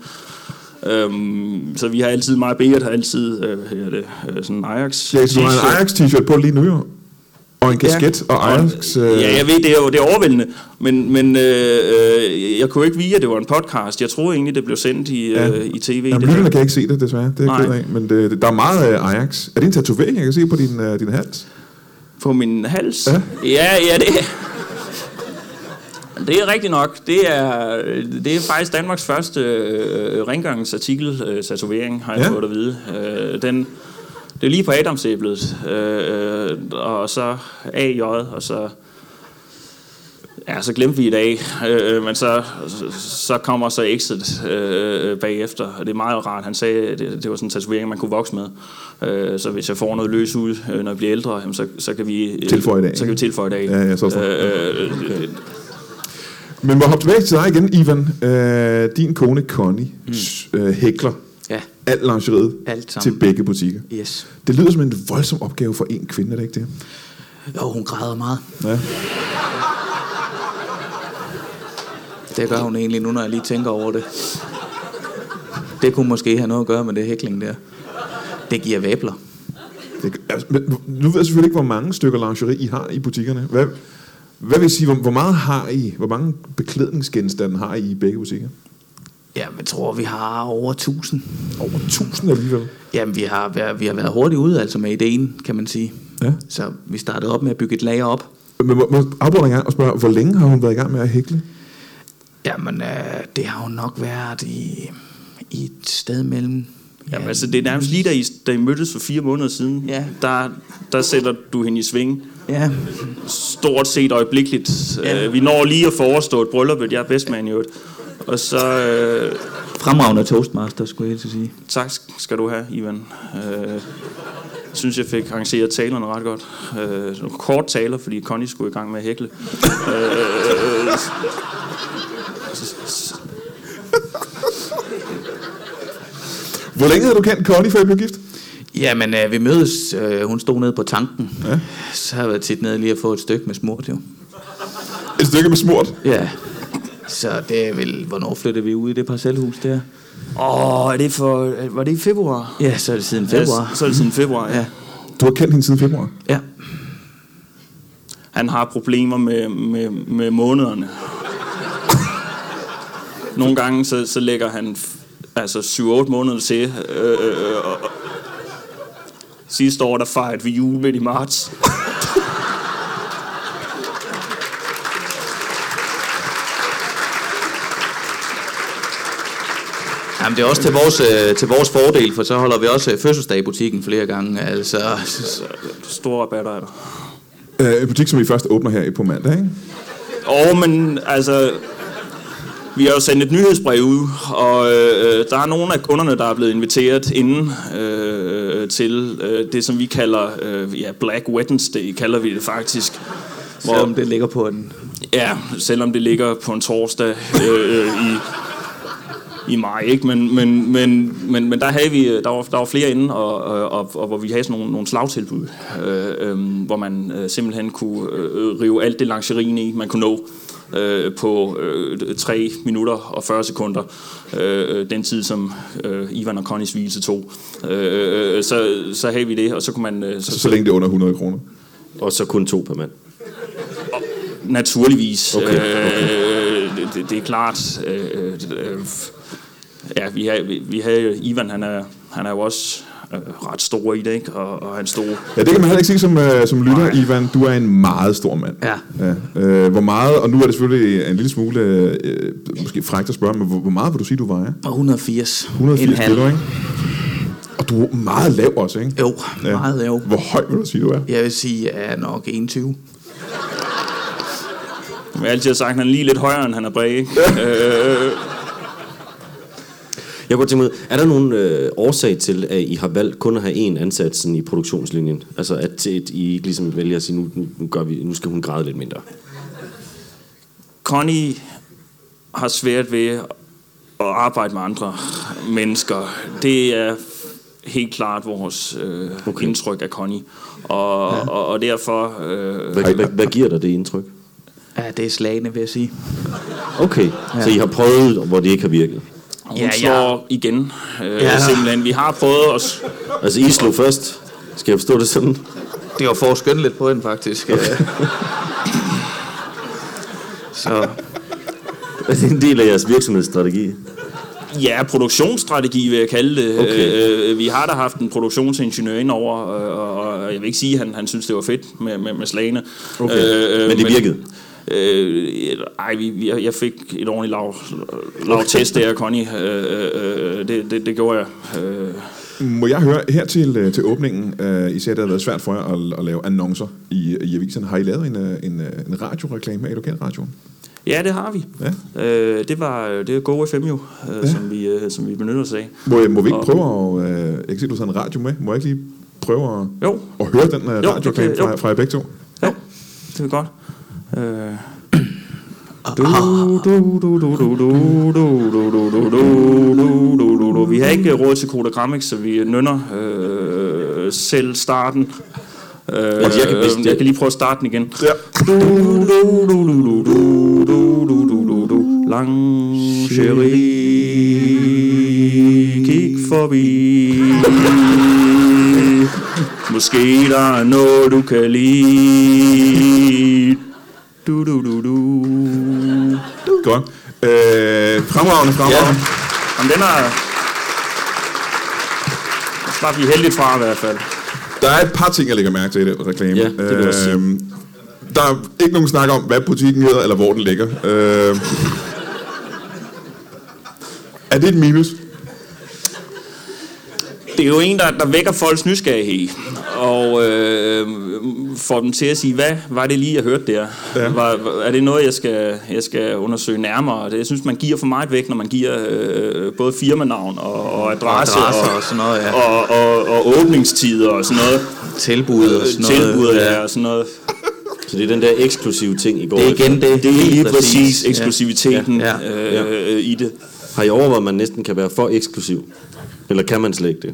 S3: øhm, så vi har altid, mig og Birgit har altid, øh, hvad hedder det, øh, sådan en Ajax.
S5: Ja, så du har en
S3: t-shirt.
S5: Ajax-t-shirt på lige nu, jo. Og en kasket ja. og Ajax... Øh,
S3: Ja, jeg ved, det er jo det er overvældende, men, men øh, øh, jeg kunne jo ikke vide, at det var en podcast. Jeg troede egentlig, det blev sendt i, øh, i tv.
S5: Jamen,
S3: det
S5: lytterne
S3: der.
S5: kan ikke se det, desværre. Det er
S3: Nej.
S5: jeg ked af. Men det, det, der er meget øh, Ajax. Er det en tatovering, jeg kan se på din, øh, din hals?
S3: På min hals?
S5: Ja.
S3: ja, ja det det er rigtigt nok. Det er, det er faktisk Danmarks første øh, rengøringsartikel, øh, tatovering, har jeg
S5: Ja.
S3: ja. fået at vide. Øh, den, det er lige på Adamsæblet, øh, øh, og så AJ, og så... Ja, så glemte vi i dag, øh, men så, så- så kommer så Exit øh, øh, bagefter, og det er meget rart. Han sagde, at det, det var sådan en tatovering, man kunne vokse med. Øh, så hvis jeg får noget løs ud, øh, når jeg bliver ældre, jamen, så, så kan vi... Øh,
S5: Tilføje i dag,
S3: Så kan vi tilføje i dag.
S5: Ja, ja, så er det
S3: øh, øh,
S5: Men må jeg hoppe tilbage til dig igen, Ivan. Øh, din kone Connie mm. øh, hækler
S4: Ja.
S5: alt lingeriet
S4: Alt sammen.
S5: til begge butikker.
S4: Yes.
S5: Det lyder som en voldsom opgave for en kvinde, er det ikke det?
S4: Jo, hun græder meget.
S5: Ja.
S4: Det gør hun egentlig nu, når jeg lige tænker over det. Det kunne måske have noget at gøre med det hækling der. Det giver vabler.
S5: Det, altså, men, nu ved jeg selvfølgelig ikke, hvor mange stykker lingerie I har i butikkerne. Hvad, hvad vil I sige, hvor, hvor meget har I, hvor mange beklædningsgenstande har I i begge butikker?
S4: Ja, jeg tror, vi har over 1000.
S5: Over 1000 alligevel.
S4: Jamen, vi har, været- vi har været hurtigt ude altså med ideen, kan man sige.
S5: Ja.
S4: Så vi startede op med at bygge et lager op.
S5: Men må, må jeg afbryde dig en gang og spørge, hvor længe har hun været i gang med at hækle?
S4: Jamen, øh, det har jo nok været i, i et sted mellem...
S3: Jamen, altså, det er nærmest lige, da I, da I mødtes for fire måneder siden,
S4: Ja.
S3: der, der sætter du hende i sving.
S4: Ja,
S3: Stort set øjeblikkeligt.
S4: Ja.
S3: Ja. Øh, vi når lige at forestå et bryllup, at jeg er bedstmand i øvrigt. Og så... Øh,
S4: fremragende toastmaster, skulle jeg helt til at sige.
S3: tak skal du have, Ivan. Øh, jeg synes, jeg fik arrangeret talerne ret godt. Øh, nogle kort taler, fordi Connie skulle i gang med at hækle. øh, øh,
S5: Hvor længe har du kendt Connie, før I blev gift?
S4: Ja, Jamen, øh, vi mødes. Øh, hun stod nede på tanken. Ja. Så har jeg været tit nede lige at få et stykke med smurt, jo.
S1: Et stykke med smurt.
S4: Ja. Så det er vel... Hvornår flyttede vi ud i det parcelhus der?
S3: Åh, oh, er det for... Var det i februar?
S4: Ja, så er det siden februar.
S3: Ja, så er det siden februar, ja.
S4: Ja.
S1: Du har kendt hende siden februar.
S4: ja.
S3: Han har problemer med, med, med månederne. Nogle gange, så, så lægger han f- altså 7-8 måneder til. Øh, øh, og- og- sidste år, der fejrede vi jul midt i marts.
S4: Jamen, det er også til vores, øh, til vores fordel, for så holder vi også øh, fødselsdag i butikken flere gange. Altså,
S3: øh, Store rabatter er der.
S1: Øh, en butik, som vi først åbner her i på mandag, ikke?
S3: Og men altså... Vi har jo sendt et nyhedsbrev ud, og øh, der er nogle af kunderne, der er blevet inviteret inden øh, til øh, det, som vi kalder øh, ja, Black Wednesday, kalder vi det faktisk.
S4: selvom det ligger på en...
S3: Ja, selvom det ligger på en torsdag øh, øh, i, i maj, ikke? Men, men, men, men, men der, havde vi, øh, der, var, der var flere inde, og, og, øh, og, og hvor vi havde sådan nogle, nogle slagtilbud, øh, øh, hvor man øh, simpelthen kunne øh, rive alt det lingerien i, man kunne nå øh, på øh, 3 minutter og 40 sekunder. Øh, øh, den tid, som øh, Ivan og Connys hvilelse tog. Øh, øh, så, så havde vi det, og så kunne man... Øh,
S1: Så længe det er under 100 kroner.
S2: Og så kun to per mand.
S3: Naturligvis.
S2: Okay,
S3: Øh, det- det, det er klart. Øh, øh, øh, ja, vi havde, vi, vi havde Ivan, han er, han er jo også øh, ret stor i det, ikke? Og, og han stod...
S1: Ja, det kan man heller ikke sige som, øh, som lytter, Nej. Ivan. Du er en meget stor mand.
S4: Ja.
S1: ja. Øh, hvor meget, og nu er det selvfølgelig en lille smule, øh, måske frækt at spørge, men hvor, hvor meget vil du sige, du vejer?
S4: Og 180.
S1: 180
S4: En halv.
S1: kilo, ikke? Og du er meget lav også, ikke?
S4: Jo, meget jo.
S1: Hvor høj vil du sige, du er?
S4: Jeg vil sige, jeg er nok 21.
S3: Jeg har altid sagt, at han er lige lidt højere, end han er bred, ikke? øh,
S2: Jeg går til med, er der nogen øh, årsag til, at I har valgt kun at have én ansat sådan i produktionslinjen? Altså at, at I ikke ligesom vælger at sige, nu, nu- nu, gør vi, nu skal hun græde lidt mindre.
S3: Connie har svært ved at arbejde med andre mennesker. Det er helt klart vores øh, okay. indtryk af Connie. Og, ja. og, og derfor... Øh,
S2: Hvad, hvad, hvad giver dig det indtryk?
S4: Ja, det er slagende, vil jeg sige.
S2: Okay, så I har prøvet, hvor det ikke har virket.
S3: Hun
S4: Ja,
S3: ja,
S4: ja.
S3: slår ja. igen. Øh,
S4: Ja.
S3: ja. Simpelthen. Vi har prøvet at...
S2: Altså I slog først. Skal jeg forstå det sådan?
S4: Det var for at skynde lidt på den, faktisk. Øh. Så
S2: Er det en del af jeres virksomhedsstrategi?
S3: Ja, produktionsstrategi vil jeg kalde det.
S2: Okay.
S3: Øh, vi har da haft en produktionsingeniør ind over, og, og jeg vil ikke sige, at han, han synes, det var fedt med, med, med slagene.
S2: Okay. Men det virkede?
S3: Øh, ej, vi, vi, jeg fik et ordentligt lav, lav test der, Connie. Øh, øh, øh, det, det, det gjorde jeg. Øh,
S1: Må jeg høre, her til, øh, til åbningen, øh, I sagde, det har været svært for jer at, at lave annoncer i, i aviserne. Har I lavet en, øh, en, øh, en radioreklame af lokalradioen?
S3: ja, det har vi.
S1: Ja.
S3: Øh, det var det var Go FM jo, øh, ja. som, vi, øh, som vi benytter os af.
S1: Må, jeg- må vi ikke
S3: Og-
S1: prøve at... Øh, jeg kan se, du har taget en radio med. Må jeg ikke lige prøve at,
S3: Jo.
S1: at høre den øh,
S3: det
S1: radioreklame
S3: kan- jo.
S1: fra, fra jer begge to?
S3: Jo, det er godt. Øh. Du, du, du, du, du, du, du, du, du, du, du, du, du, du, du. Vi har ikke råd til Kodagramix, så vi nynner øh, selv starten. Øh,
S2: kan-
S3: jeg, kan,
S2: hvis det-
S3: jeg kan lige prøve at starte den igen.
S1: Ja.
S3: Du, du, du, du, du, du, du, du, du, du, du. Lingerie, kig forbi. Måske der er noget, du kan lide. Du, du, du, du.
S1: Godt. Øh, fremragende, fremragende. Ja.
S3: Jamen, den er... Den Slap vi heldigt fra i hvert fald.
S1: Der er et par ting, jeg lægger mærke til i den reklame.
S2: Ja, det vil jeg også sige.
S1: Øhm, Der er ikke nogen snak om, hvad butikken hedder, eller hvor den ligger. Øh, er det et minus?
S3: Det er jo en, der, der vækker folks nysgerrighed. Og øh, får dem til at sige, hvad var det lige, jeg hørte der?
S1: Ja.
S3: Var, var- er det noget, jeg skal, jeg skal undersøge nærmere? Det, jeg synes, man giver for meget væk, når man giver øh, både firmanavn og, og adresse,
S4: adresser og sådan noget, ja.
S3: og, og, og åbningstider og sådan noget. øh,
S4: tilbud og sådan noget.
S3: Tilbud ja. og sådan noget.
S2: Så det er den der eksklusive ting, I går
S4: Det er igen
S2: efter.
S4: det.
S3: Det er lige præcis eksklusiviteten
S4: Ja.
S3: ja.
S4: Ja.
S3: Ja. Øh, øh, i det.
S2: Har I overvejet, at man næsten kan være for eksklusiv? Eller kan man slet ikke det?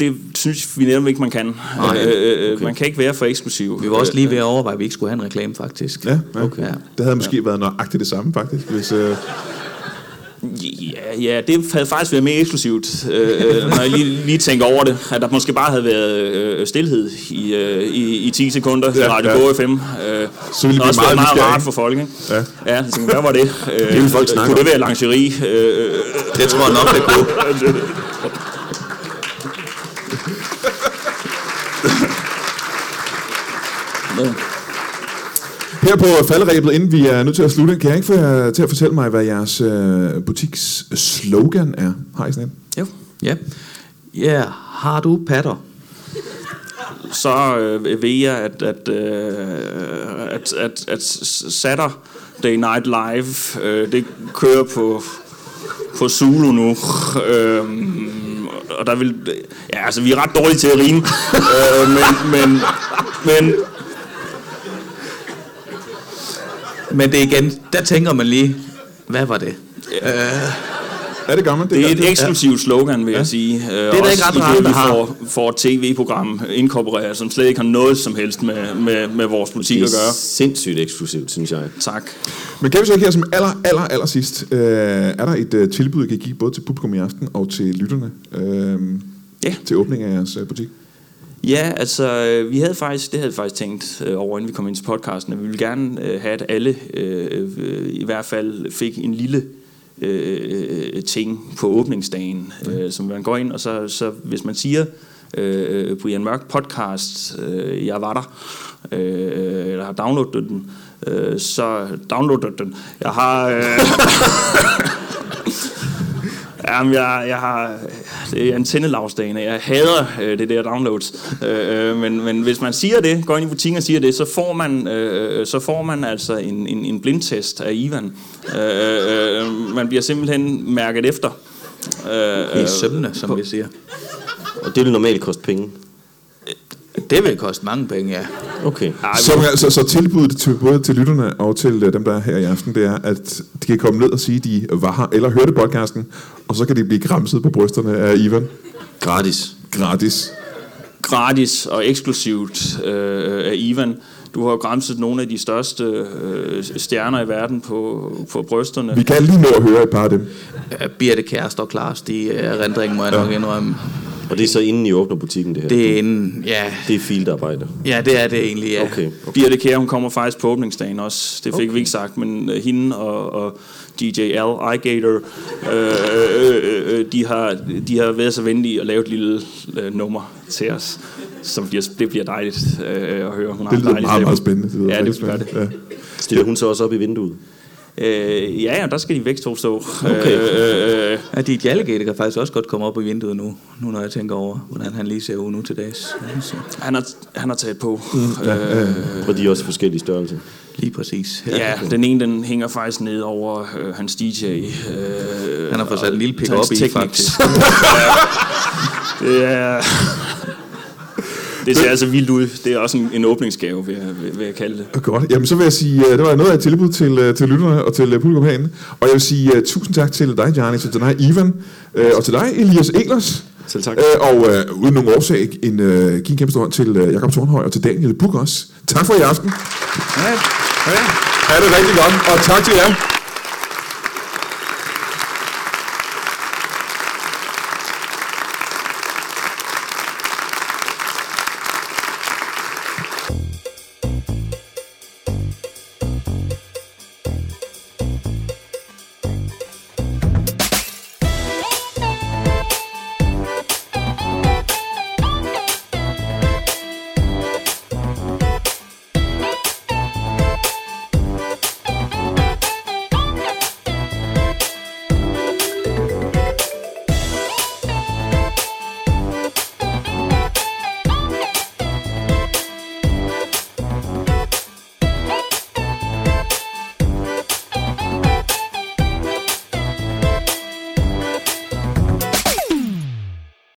S3: Det synes vi netop ikke, man kan.
S2: Nej,
S3: Øh, øh, øh,
S2: okay.
S3: Man kan ikke være for eksklusiv.
S4: Vi var også lige ved at overveje, at vi ikke skulle have en reklame, faktisk.
S1: Ja, ja.
S4: Okay. ja.
S1: Det havde måske ja. været nøjagtigt det samme, faktisk. Hvis, øh,
S3: Øh, Ja, ja, det havde faktisk været mere eksklusivt, øh, øh, når jeg lige, lige tænker over det. At der måske bare havde været øh, stillhed i, øh, i, i 10 sekunder ja,
S1: Ja,
S3: Radio
S1: ja.
S3: ja. KFM.
S1: Så
S3: Øh,
S1: ville det blive meget
S3: også været meget
S1: nysgerrige.
S3: rart for folk, ikke?
S1: Ja.
S3: Ja, jeg tænkte, hvad var det? Øh, det
S2: ville folk snakke
S3: Kunne det være lingerie? Øh, øh,
S2: Det tror jeg nok, det kunne.
S1: her på falderæbet, inden vi er nødt til at slutte, kan jeg ikke få jer til at fortælle mig, hvad jeres øh, butiks slogan er? Har I sådan en?
S4: Jo. Ja. Ja, har du patter?
S3: så øh, ved jeg, at, at, øh, at, at, at Saturday Night Live, øh, det kører på, på Zulu nu. Øh, og der vil... Ja, altså, vi er ret dårlige til at rime. øh, men, men, men
S4: Men det er igen, der tænker man lige, hvad var det?
S1: Ja, det gør man.
S3: det
S1: gør
S3: er et eksklusivt slogan, vil jeg sige. Øh, det
S4: der ikke ret mange,
S3: vi
S4: der har.
S3: får, får et tv-program inkorporeret, som slet ikke har noget som helst med, med, med vores politik
S2: Det
S3: at gøre.
S2: er sindssygt eksklusivt, synes jeg.
S3: Tak.
S1: Men kan vi så ikke her som aller, aller, aller sidst, øh, er der et øh, tilbud, I kan give både til publikum i aften og til lytterne øh,
S3: Ja.
S1: til åbning af jeres øh, butik?
S3: Ja, altså øh, vi havde faktisk, det havde vi faktisk tænkt øh, over, inden vi kom ind til podcasten, at vi ville gerne øh, have, at alle øh, øh, i hvert fald fik en lille øh, øh, ting på åbningsdagen, øh, som man går ind, og så, så hvis man siger øh, øh, Brian Mørk podcast, øh, jeg var der, øh, eller har downloadet den, øh, så downloadet den. Jeg har... Øh, Jamen, jeg, jeg har... Det er antennelavsdagen, og jeg hader øh, det der downloads. Øh, øh, men, men hvis man siger det, går ind i butikken og siger det, så får man, øh, øh, så får man altså en, en, en blindtest af Ivan. Øh, øh, øh, man bliver simpelthen mærket efter. Øh,
S4: I
S3: øh,
S4: sømne, som vi siger.
S2: Og det vil normalt koste penge.
S4: Det vil koste mange penge, ja.
S2: Okay.
S1: Så, altså, så tilbuddet til, både til lytterne og til øh, dem, der er her i aften, det er, at de kan komme ned og sige, de var her eller hørte podcasten, og så kan de blive gramset på brysterne af Ivan.
S2: Gratis.
S1: Gratis.
S3: gratis og eksklusivt øh, af Ivan. Du har jo græmset nogle af de største øh, stjerner i verden på, på brysterne.
S1: Vi kan lige nå at høre et par af dem.
S4: Øh, Birte Kæreste og Klaas, de er rendringen, må jeg nok indrømme.
S2: Og det er så inden I åbner butikken, det her?
S4: Det er en, ja,
S2: det er fieldarbejde.
S4: ja, det er det egentlig, ja.
S2: Okay.
S3: Birte Kjær, hun kommer faktisk på åbningsdagen også. Det fik okay. vi ikke sagt, men øh, hende og, og DJ Al Igator, øh, øh, øh, de, har, de har været så venlige at lave et lille øh, nummer til os, som bliver, det bliver dejligt øh, at høre. Hun har
S1: Det
S3: en
S1: lyder
S3: dejlig
S1: meget,
S3: stemme.
S1: meget spændende. lyder
S3: Ja, det
S1: rigtig
S3: gør det.
S1: spændende.
S2: Stiller hun så også op i vinduet?
S3: Øh, ja, ja, der skal de væk to stå.
S2: Okay.
S3: Øh, øh,
S4: Ja, dit Jallegate kan faktisk også godt komme op i vinduet nu, nu når jeg tænker over, hvordan han lige ser ud nu til dags. Ja, så
S3: han, har, han har taget på. Øh,
S2: Og de er også forskellige størrelser.
S4: Lige præcis.
S3: ja, den ene den hænger faktisk ned over øh, hans DJ. Øh,
S4: Han har fået sat en lille pik
S3: hans
S4: op i,
S3: teknik.
S4: faktisk.
S3: Det er... Det ser altså vildt ud. Det er også en, en åbningsgave, vil jeg, vil, vil jeg kalde det.
S1: Ja. Godt. Jamen, så vil jeg sige, øh, det var noget af et tilbud til, øh, til lytterne og til øh, publikum herinde. Og jeg vil sige uh, tusind tak til dig, Jarni, til dig, Ivan, uh, og til dig, Elias Eglers.
S2: Selv tak.
S1: Øh, og uh, uden nogen årsag, en, uh, give en kæmpe stor hånd til uh, Jakob Tornhøj og til Daniel Buk også. Tak for i aften.
S3: Ja, ja.
S1: Ja, det er rigtig godt, og tak til jer.